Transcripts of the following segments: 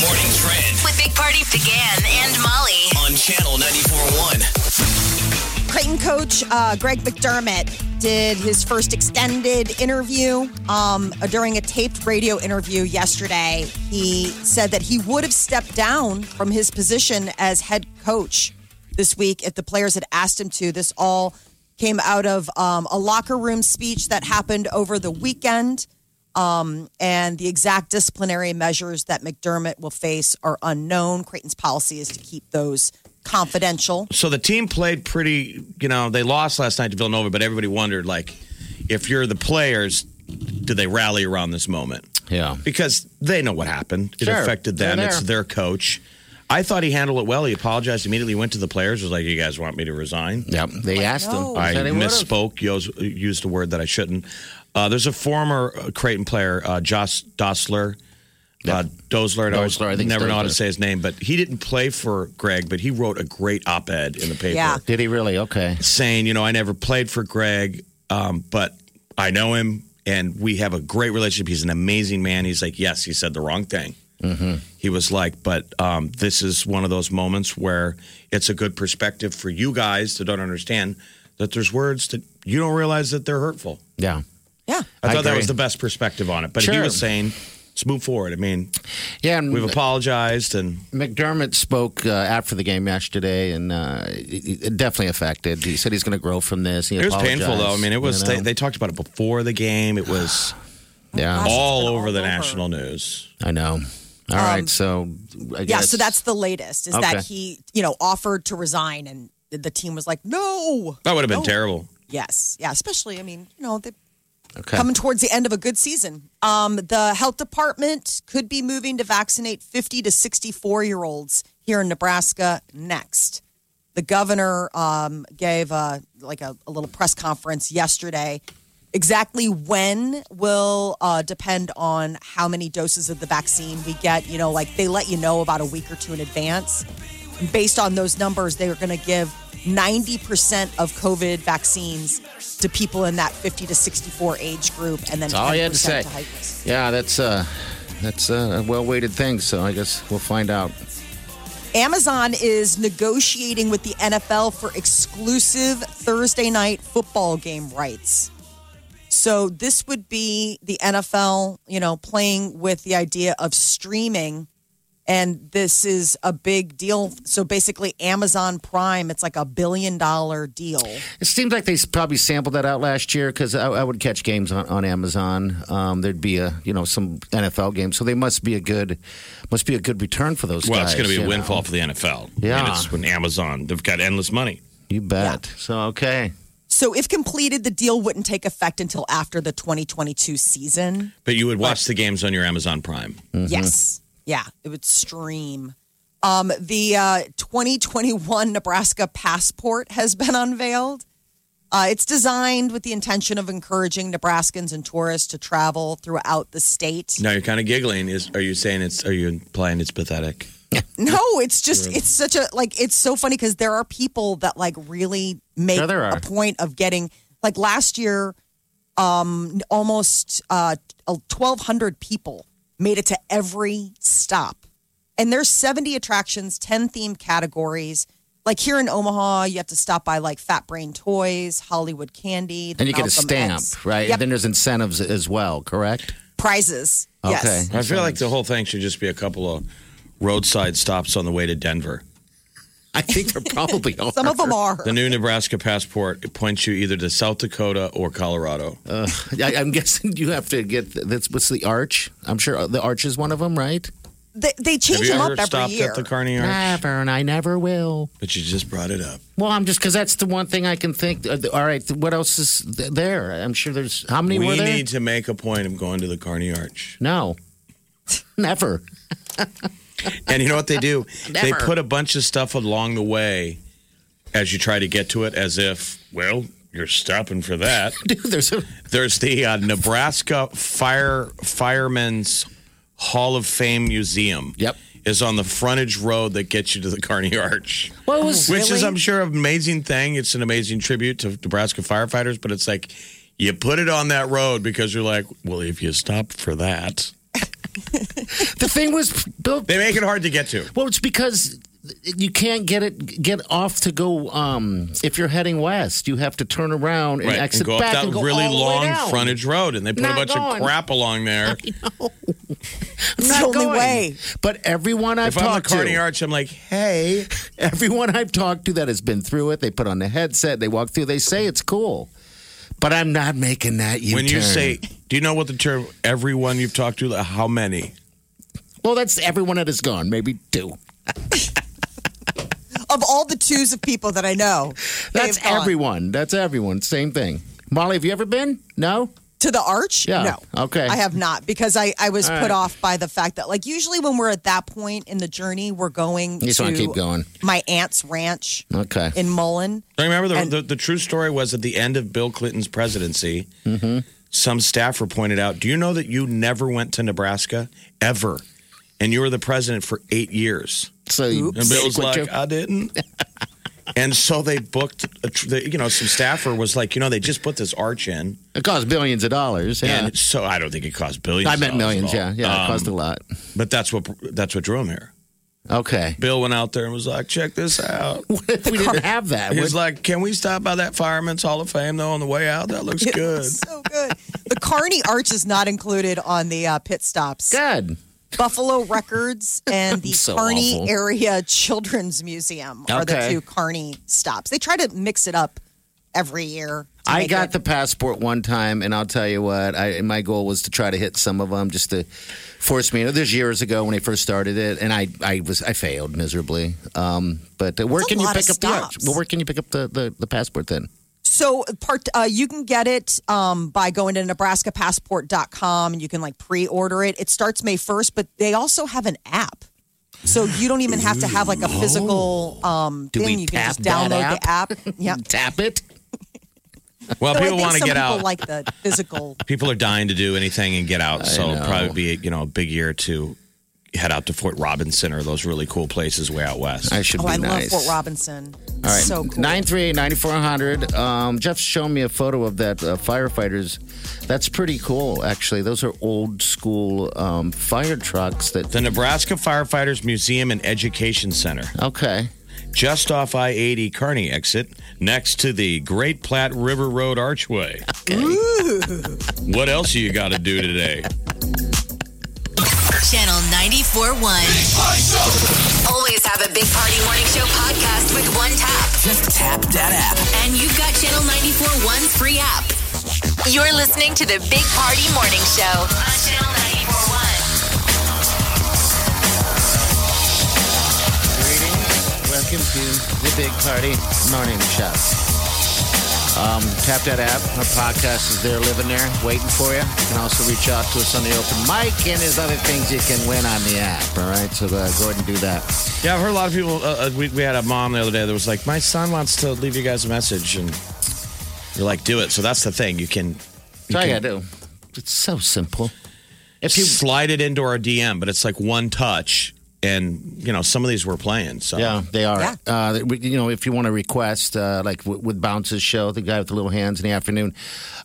morning, Trend With Big Party began and Molly. on Channel 94.1. Creighton coach uh, Greg McDermott did his first extended interview um, during a taped radio interview yesterday. He said that he would have stepped down from his position as head coach this week if the players had asked him to. This all came out of um, a locker room speech that happened over the weekend. Um, and the exact disciplinary measures that McDermott will face are unknown. Creighton's policy is to keep those confidential. So the team played pretty, you know, they lost last night to Villanova, but everybody wondered, like, if you're the players, do they rally around this moment? Yeah. Because they know what happened. It Sure. affected them. They're It's there. their coach. I thought he handled it well. He apologized immediately, went to the players, was like, you guys want me to resign? Yep. They asked him. no. He I said he would've. misspoke, yos- used a word that I shouldn't. Uh, there's a former uh, Creighton player, uh, Josh Dossler. Uh, Dozler, I always Dozler, I think it's never know how to Dozler. say his name, but he didn't play for Greg, but he wrote a great op ed in the paper Yeah. Did he really? Okay. saying, you know, I never played for Greg, um, but I know him and we have a great relationship. He's an amazing man. He's like, yes, he said the wrong thing. Mm-hmm. He was like, but um, this is one of those moments where it's a good perspective for you guys that don't understand that there's words that you don't realize that they're hurtful. Yeah. Yeah. I, I thought that agree. was the best perspective on it. But he Sure. Mm-hmm. was saying, let's move forward. I mean, Yeah. And we've apologized and McDermott spoke uh, after the game yesterday, and uh, it, it definitely affected. He said he's going to grow from this. He it was apologized, painful, though. I mean, it was, you know? they, they talked about it before the game. It was all yeah. been all over the over. national news. I know. All right. So I Um, Yeah, guess, so that's the latest is Okay. that he, you know, offered to resign and the team was like, no. That would have been No. terrible. Yes. Yeah, especially, I mean, you know, they okay. coming towards the end of a good season. Um, the health department could be moving to vaccinate 50 to 64 year olds here in Nebraska next. The governor um, gave uh like a, a little press conference yesterday. Exactly when will uh, depend on how many doses of the vaccine we get. You know, like they let you know about a week or two in advance. And based on those numbers, they are going to give 90% of COVID vaccines to people in that 50 to 64 age group, and then That's all you had to 10% say. high risk. Yeah, that's uh, that's uh, a well-weighted thing. So I guess we'll find out. Amazon is negotiating with the NFL for exclusive Thursday night football game rights. So this would be the NFL, you know, playing with the idea of streaming. And this is a big deal. So basically, Amazon Prime, it's like a billion dollar deal. It seems like they probably sampled that out last year because I, I would catch games on, on Amazon. Um, there'd be a you know some NFL games, so they must be a good must be a good return for those Well, it's guys. going to be you a know? windfall for the NFL. Yeah. And it's when Amazon, they've got endless money. You bet. So okay, So, if completed, the deal wouldn't take effect until after the 2022 season. But you would watch the games on your Amazon Prime. Yes. Yeah, it would stream. Um, the uh, 2021 Nebraska passport has been unveiled. Uh, it's designed with the intention of encouraging Nebraskans and tourists to travel throughout the state. Now you're kind of giggling. Is Are you saying it's, are you implying it's pathetic? No, it's just it's such a like it's so funny because there are people that like really make Yeah, there are. a point of getting like last year, um, almost uh, twelve hundred people made it to every stop, and there's seventy attractions, ten theme categories. Like here in Omaha, you have to stop by like Fat Brain Toys, Hollywood Candy, the and you get a Malcolm stamp, X. right? Yep, And then there's incentives as well, correct? prizes. Yes. Okay. I feel like the whole thing should just be a couple of roadside stops on the way to Denver. I think there probably are. Some of them are. The new Nebraska passport points you either to South Dakota or Colorado. I, I'm guessing you have to get that's what's the arch? I'm sure uh, the arch is one of them, right? They, they have change you them ever up every stopped year. at the Carney Arch? Never, and I never will. But you just brought it up. Well, I'm just because that's the one thing I can think. uh, All right, what else is th- there? I'm sure there's how many were we there? need to make a point of going to the Carney Arch. no, never. And you know what they do? they Never. put a bunch of stuff along the way as you try to get to it, as if, well, you're stopping for that. Dude, there's a There's the uh, Nebraska Fire Firemen's Hall of Fame Museum. Yep. Is on the frontage road that gets you to the Carney Arch. what was Which is, I'm sure, an amazing thing. It's an amazing tribute to Nebraska firefighters, but it's like you put it on that road because you're like, well, if you stop for that, the thing was built. they make it hard to get to. Well, it's because you can't get it get off to go. Um, if you're heading west, you have to turn around and Right, exit and go back up that and go really all the way long down. frontage road, and they put Not a bunch going. of crap along there. It's Not the only going. way. But everyone I've If I'm a talked Carney to, Arch, I'm like, hey, everyone I've talked to that has been through it, they put on the headset, they walk through, they say it's cool. But I'm not making that U-turn. when you say, do you know what the term everyone you've talked to, like, how many? well, that's everyone that is gone, maybe two. Of all the twos of people that I know, That's they've gone. everyone. That's everyone. Same thing. Molly, have you ever been? No. To the arch? Yeah. No. Okay. I have not because I, I was All put right. off by the fact that, like, usually when we're at that point in the journey, we're going You just to want to keep going. my aunt's ranch Okay. in Mullen. I remember the, And- the, the true story was at the end of Bill Clinton's presidency, Mm-hmm. some staffer pointed out, Do you know that you never went to Nebraska ever? And you were the president for eight years. so you And Bill was quit like, uh, your- I didn't. and so they booked, a, tr- the, you know, some staffer was like, You know, they just put this arch in. it costs billions of dollars. Yeah. And so I don't think it cost billions. I of meant dollars at millions. all. Yeah. Yeah. it Um, cost a lot. But that's what, that's what drew him here. Okay. Bill went out there and was like, Check this out. What if we didn't have that? He Would- was like, Can we stop by that Fireman's Hall of Fame, though, on the way out? That looks good. So good. The Carney Arch is not included on the uh, pit stops. Good. Buffalo Records and the So Carney awful. Area Children's Museum are the Okay. two Carney stops. They try to mix it up every year. to I make got it- the passport one time, and I'll tell you what, I, my goal was to try to hit some of them just to force me. There's years ago when I first started it, and I, I was I failed miserably. Um, but uh, where That's a can you lot of pick up the arch? stops. Well, where can you pick up the, the, the passport then? So part uh, you can get it um, by going to nebraskapassport.com and you can like pre-order it. It starts May 1st, but they also have an app. So you don't even have to have like a physical um, Oh. Do thing. we You can tap just download that the app. Yeah. Tap it. Well, Though I people think want to some get people out. like the physical. people are dying to do anything and get out. so it'll probably be you know a big year to head out to Fort Robinson or those really cool places way out west. I should Oh, be I nice. love Fort Robinson. All right, So cool. 938 9400. Um, Jeff's shown me a photo of that uh, firefighters. That's pretty cool, actually. Those are old school um, fire trucks that. the Nebraska Firefighters Museum and Education Center, Okay. just off I 80 Kearney exit, next to the Great Platte River Road Archway. What else you got to do today? Channel 94.1. Always have a Big Party Morning Show podcast with one tap. Just tap that app. And you've got Channel 94.1's free app. You're listening to the Big Party Morning Show on Channel 94.1. Greetings. Welcome to the Big Party Morning Show. Um, tap that app. Our podcast is there, living there, waiting for you. You can also reach out to us on the open mic, and there's other things you can win on the app. All right, so uh, go ahead and do that. Yeah, I've heard a lot of people. Uh, uh, we, we had a mom the other day that was like, "My son wants to leave you guys a message," and you're like, "Do it." So that's the thing. You can That's all you gotta do. It's so simple. If you slide it into our DM, but it's like one touch. And, you know, some of these we're playing. So Yeah, they are. Yeah. Uh, we- you know, if you want to request, uh, like w- with Bounce's show, the guy with the little hands in the afternoon,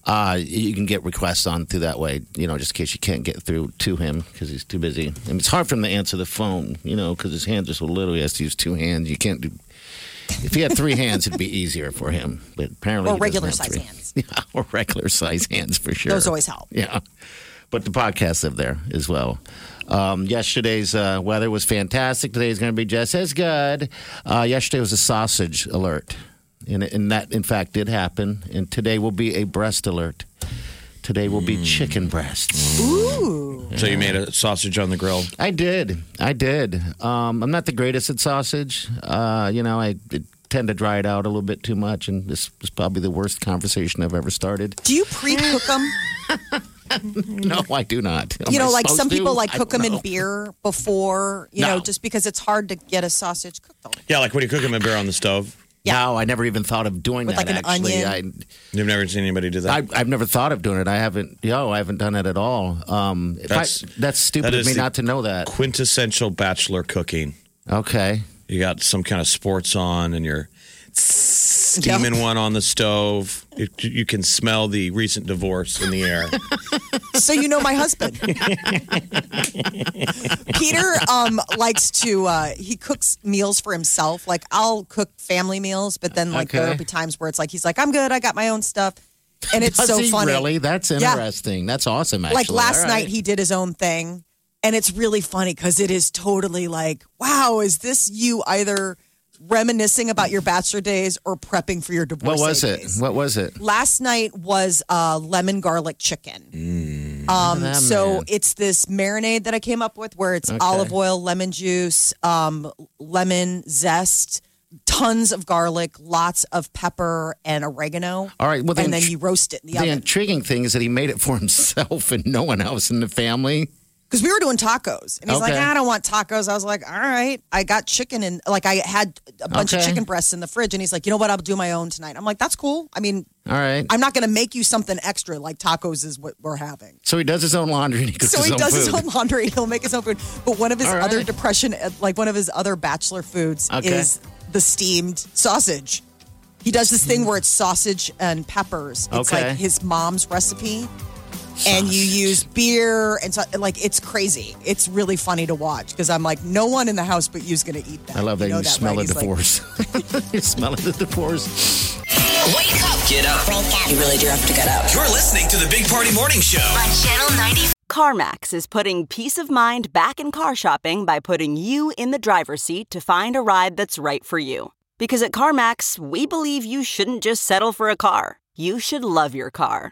uh, you can get requests on through that way. You know, just in case you can't get through to him because he's too busy, and it's hard for him to answer the phone. You know, because his hands are so little, he has to use two hands. You can't do. If he had three hands, it'd be easier for him. But apparently, Or he doesn't regular have size three. hands. Yeah, or regular size hands for sure. Those always help. Yeah. But the podcasts live there as well. Um, yesterday's uh, weather was fantastic. Today's going to be just as good. Uh, yesterday was a sausage alert. And, and that, in fact, did happen. And today will be a breast alert. Today will be chicken breasts. So you made a sausage on the grill. I did. I did. Um, I'm not the greatest at sausage. Uh, you know, I tend to dry it out a little bit too much. And this was probably the worst conversation I've ever started. Do you pre-cook them? no, I do not. Am Mm. you I know, like some supposed to? people like I cook don't them in know. beer before, you No. know, just because it's hard to get a sausage cooked all the Yeah, like when you cook them a beer on the stove. No, I never even thought of doing With, that. like, an actually, onion. You've never seen anybody do that. I, I I've never thought of doing it. I haven't. Yo, I haven't done it at all. Um, if I- that's That's- stupid that of is me the- not to know that. Quintessential bachelor cooking. Okay. You got some kind of sports on, and you're steaming one on the stove. It, you can smell the recent divorce in the air. so you know my husband. Peter um, likes to uh, he cooks meals for himself. Like I'll cook family meals, but then like there'll Okay. be times where it's like he's like, I'm good, I got my own stuff. And it's Does so he funny. Really, that's Yeah. interesting. That's awesome. Actually, like last All right. night he did his own thing and it's really funny because it is totally like wow is this you either reminiscing about your bachelor days or prepping for your What divorce was it? days? What was it? last night was uh, lemon garlic chicken um, that so man. it's this marinade that i came up with where it's olive oil lemon juice um, lemon zest tons of garlic lots of pepper and oregano All right, well, the and then intri- you roast it in the The oven intriguing thing is that he made it for himself and no one else in the family. because we were doing tacos and he's like Okay. i don't want tacos i was like all right i got chicken and like i had a bunch of Okay. chicken breasts in the fridge and he's like you know what i'll do my own tonight i'm like that's cool i mean All right. i'm not going to make you something extra like tacos is what we're having so he does his own laundry and he cooks so his he own does food. his own laundry he'll make his own food but one of his All right. other depression uh, like one of his other bachelor foods Okay. is the steamed sausage he does this thing where it's sausage and peppers it's Mm. Okay. like his mom's recipe and you use beer and so like it's crazy it's really funny to watch because i'm like no one in the house but you's gonna eat that I love that you, know that, smell right? He's the like, divorce. you smell the divorce. Wake up. Get up. You really do have to get up. You're listening to the Big Party Morning Show. On Channel 94. CarMax is putting peace of mind back in car shopping by putting you in the driver's seat to find a ride that's right for you. Because at CarMax, we believe you shouldn't just settle for a car, you should love your car.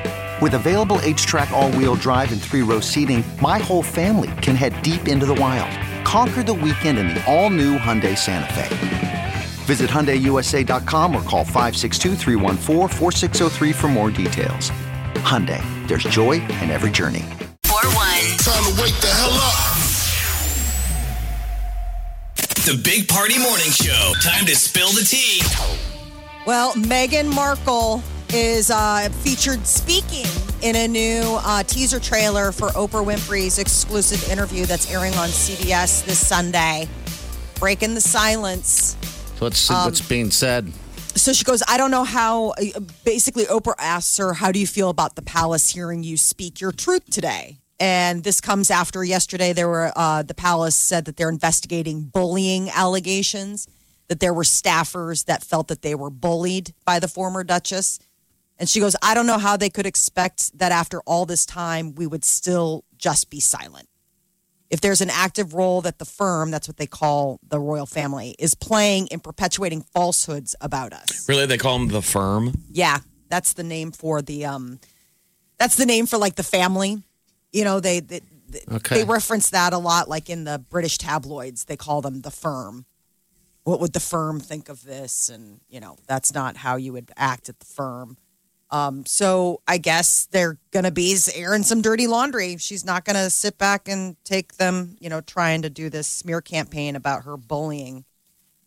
With available H track, all wheel drive, and three row seating, my whole family can head deep into the wild. Conquer the weekend in the all new Hyundai Santa Fe. Visit HyundaiUSA.com or call 562-314-4603 for more details. Hyundai, there's joy in every journey. 41. Time to wake the hell up. The Big Party Morning Show. Time to spill the tea. Well, Meghan Markle is uh, featured speaking in a new uh, teaser trailer for Oprah Winfrey's exclusive interview that's airing on CBS this Sunday, breaking the silence. So what's Um, what's being said? So she goes, I don't know how. Basically, Oprah asks her, How do you feel about the palace hearing you speak your truth today? And this comes after yesterday. There were uh, the palace said that they're investigating bullying allegations. That there were staffers that felt that they were bullied by the former duchess. And she goes, I don't know how they could expect that after all this time, we would still just be silent. If there's an active role that the firm, that's what they call the royal family, is playing in perpetuating falsehoods about us. really, they call them the firm. Yeah, that's the name for the um, that's the name for like the family. You know, they they, Okay. they reference that a lot, like in the British tabloids. They call them the firm. What would the firm think of this? And you know, that's not how you would act at the firm. Um, so I guess they're gonna be airing some dirty laundry. She's not gonna sit back and take them, you know, trying to do this smear campaign about her bullying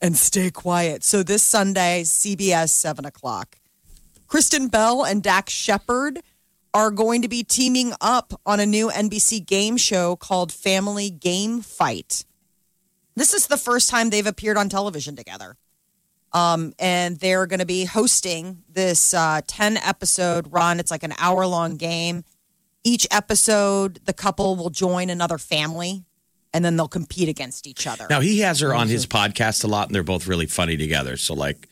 and stay quiet. So this Sunday, CBS, seven o'clock. Kristen Bell and Dax Shepard are going to be teaming up on a new NBC game show called Family Game Fight. This is the first time they've appeared on television together. Um, and they're going to be hosting this uh, 10 episode run. It's like an hour long game. Each episode, the couple will join another family and then they'll compete against each other. Now he has her on his podcast a lot, and they're both really funny together. So like,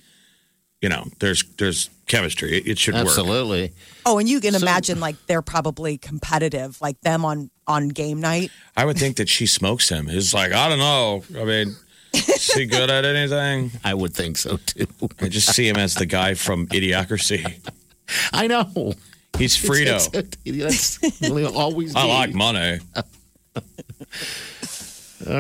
you know, there's there's chemistry. It, it should work. Absolutely. Oh, and you can imagine like they're probably competitive, like them on on game night. I would think that she smokes him. It's like I don't know. I mean, is he good at anything? I would think so too. I just see him as the guy from Idiocracy. I know. He's Frito. That's really always. I be. like money.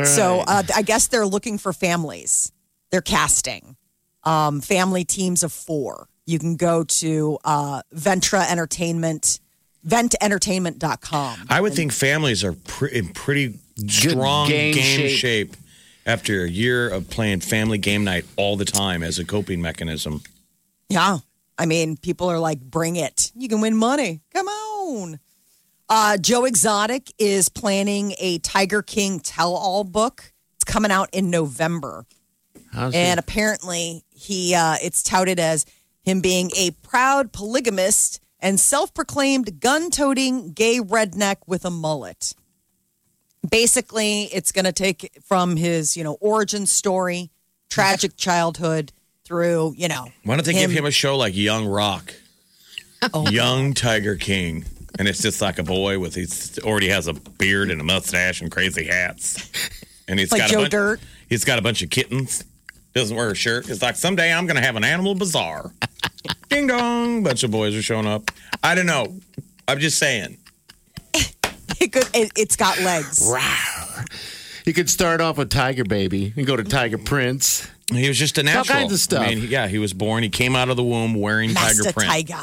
So uh, I guess they're looking for families. They're casting um, family teams of four. You can go to uh, Ventra Entertainment, vententertainment.com. I would think families are pre- in pretty strong game, game shape. shape. after a year of playing family game night all the time as a coping mechanism. Yeah. I mean, people are like, bring it. You can win money. Come on. Uh, Joe Exotic is planning a Tiger King tell all book. It's coming out in November. How's And it? apparently, he uh, it's touted as him being a proud polygamist and self-proclaimed gun-toting gay redneck with a mullet. Basically, it's going to take from his you know origin story, tragic childhood through you know. Why don't they give him a show like Young Rock, Oh. Young Tiger King? And it's just like a boy with he's already has a beard and a mustache and crazy hats, and he's Like got Joe a bunch, Dirt. He's got a bunch of kittens. Doesn't wear a shirt. It's like someday I'm going to have an animal bazaar. Ding dong! Bunch of boys are showing up. I don't know. I'm just saying. It could, it, it's got legs. You could start off with Tiger Baby and go to Tiger Prince. He was just a All natural. kinds of stuff. I mean, he- yeah, he was born. He came out of the womb wearing Master tiger print. Tiger.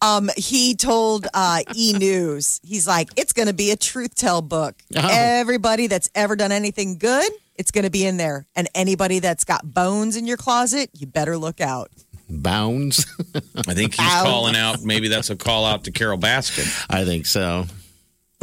Um, he told uh, E News, he's like, it's going to be a truth tell book. Oh. Everybody that's ever done anything good, it's going to be in there. And anybody that's got bones in your closet, you better look out. Bounds. I think he's calling out. Maybe that's a call out to Carol Baskin. I think so.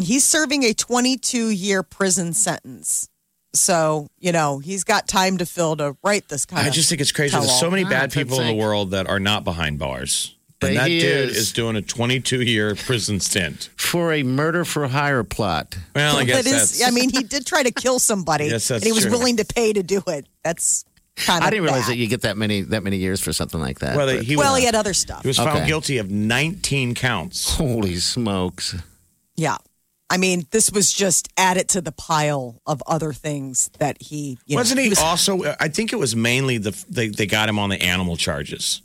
He's serving a 22 year prison sentence. So, you know, he's got time to fill to write this kind I of. just think it's crazy. tell There's so all. many Ah, bad that's people in the sick. world that are not behind bars. But and that he dude is. is doing a 22 year prison stint. For a murder for hire plot. Well, I guess That is, that's. I mean, he did try to kill somebody, Yes, that's and he was true. willing to pay to do it. That's kind of. I didn't realize bad. that you get that many that many years for something like that. well, but- he, Well, was, he had other stuff. he was found Okay. guilty of 19 counts. holy smokes! Yeah. I mean, this was just added to the pile of other things that he you know, Wasn't he was also? uh, I think it was mainly the they, they got him on the animal charges.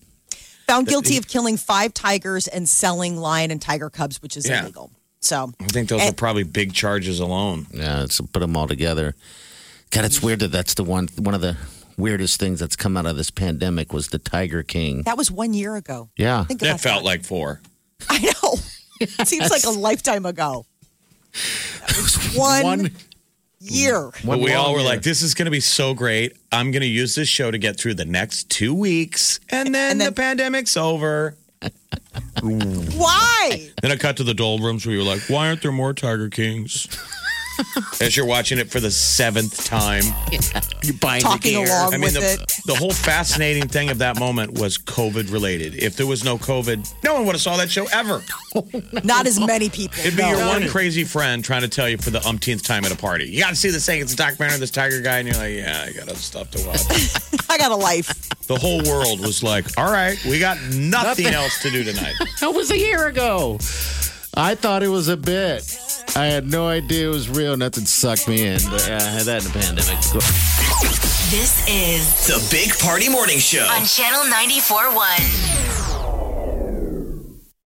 found guilty of killing five tigers and selling lion and tiger cubs, which is Yeah. illegal. So I think those And- are probably big charges alone. Yeah, let's put them all together. God, it's weird that that's the one one of the weirdest things that's come out of this pandemic was the Tiger King. that was one year ago. Yeah, Think That about felt like four. I know. It seems like a lifetime ago. That was one, year. But One we all long were year. like, this is going to be so great. I'm going to use this show to get through the next two weeks. And then, And then- the pandemic's over. Why? Then I cut to the doldrums where you were like, why aren't there more Tiger Kings? As you're watching it for the seventh time. you're buying Talking the gear. along I mean, with the, it. the whole fascinating thing of that moment was COVID related. If there was no COVID, no one would have saw that show ever. Not as many people. It'd be no. your one crazy friend trying to tell you for the umpteenth time at a party. You got to see this thing. It's a documentary, of this tiger guy. And you're like, yeah, I got other stuff to watch. I got a life. The whole world was like, all right, we got nothing else to do tonight. That was a year ago. I thought it was a bit. I had no idea it was real. Nothing sucked me in. But yeah, I had that in the pandemic. Cool. This is The Big Party Morning Show. on Channel 94.1.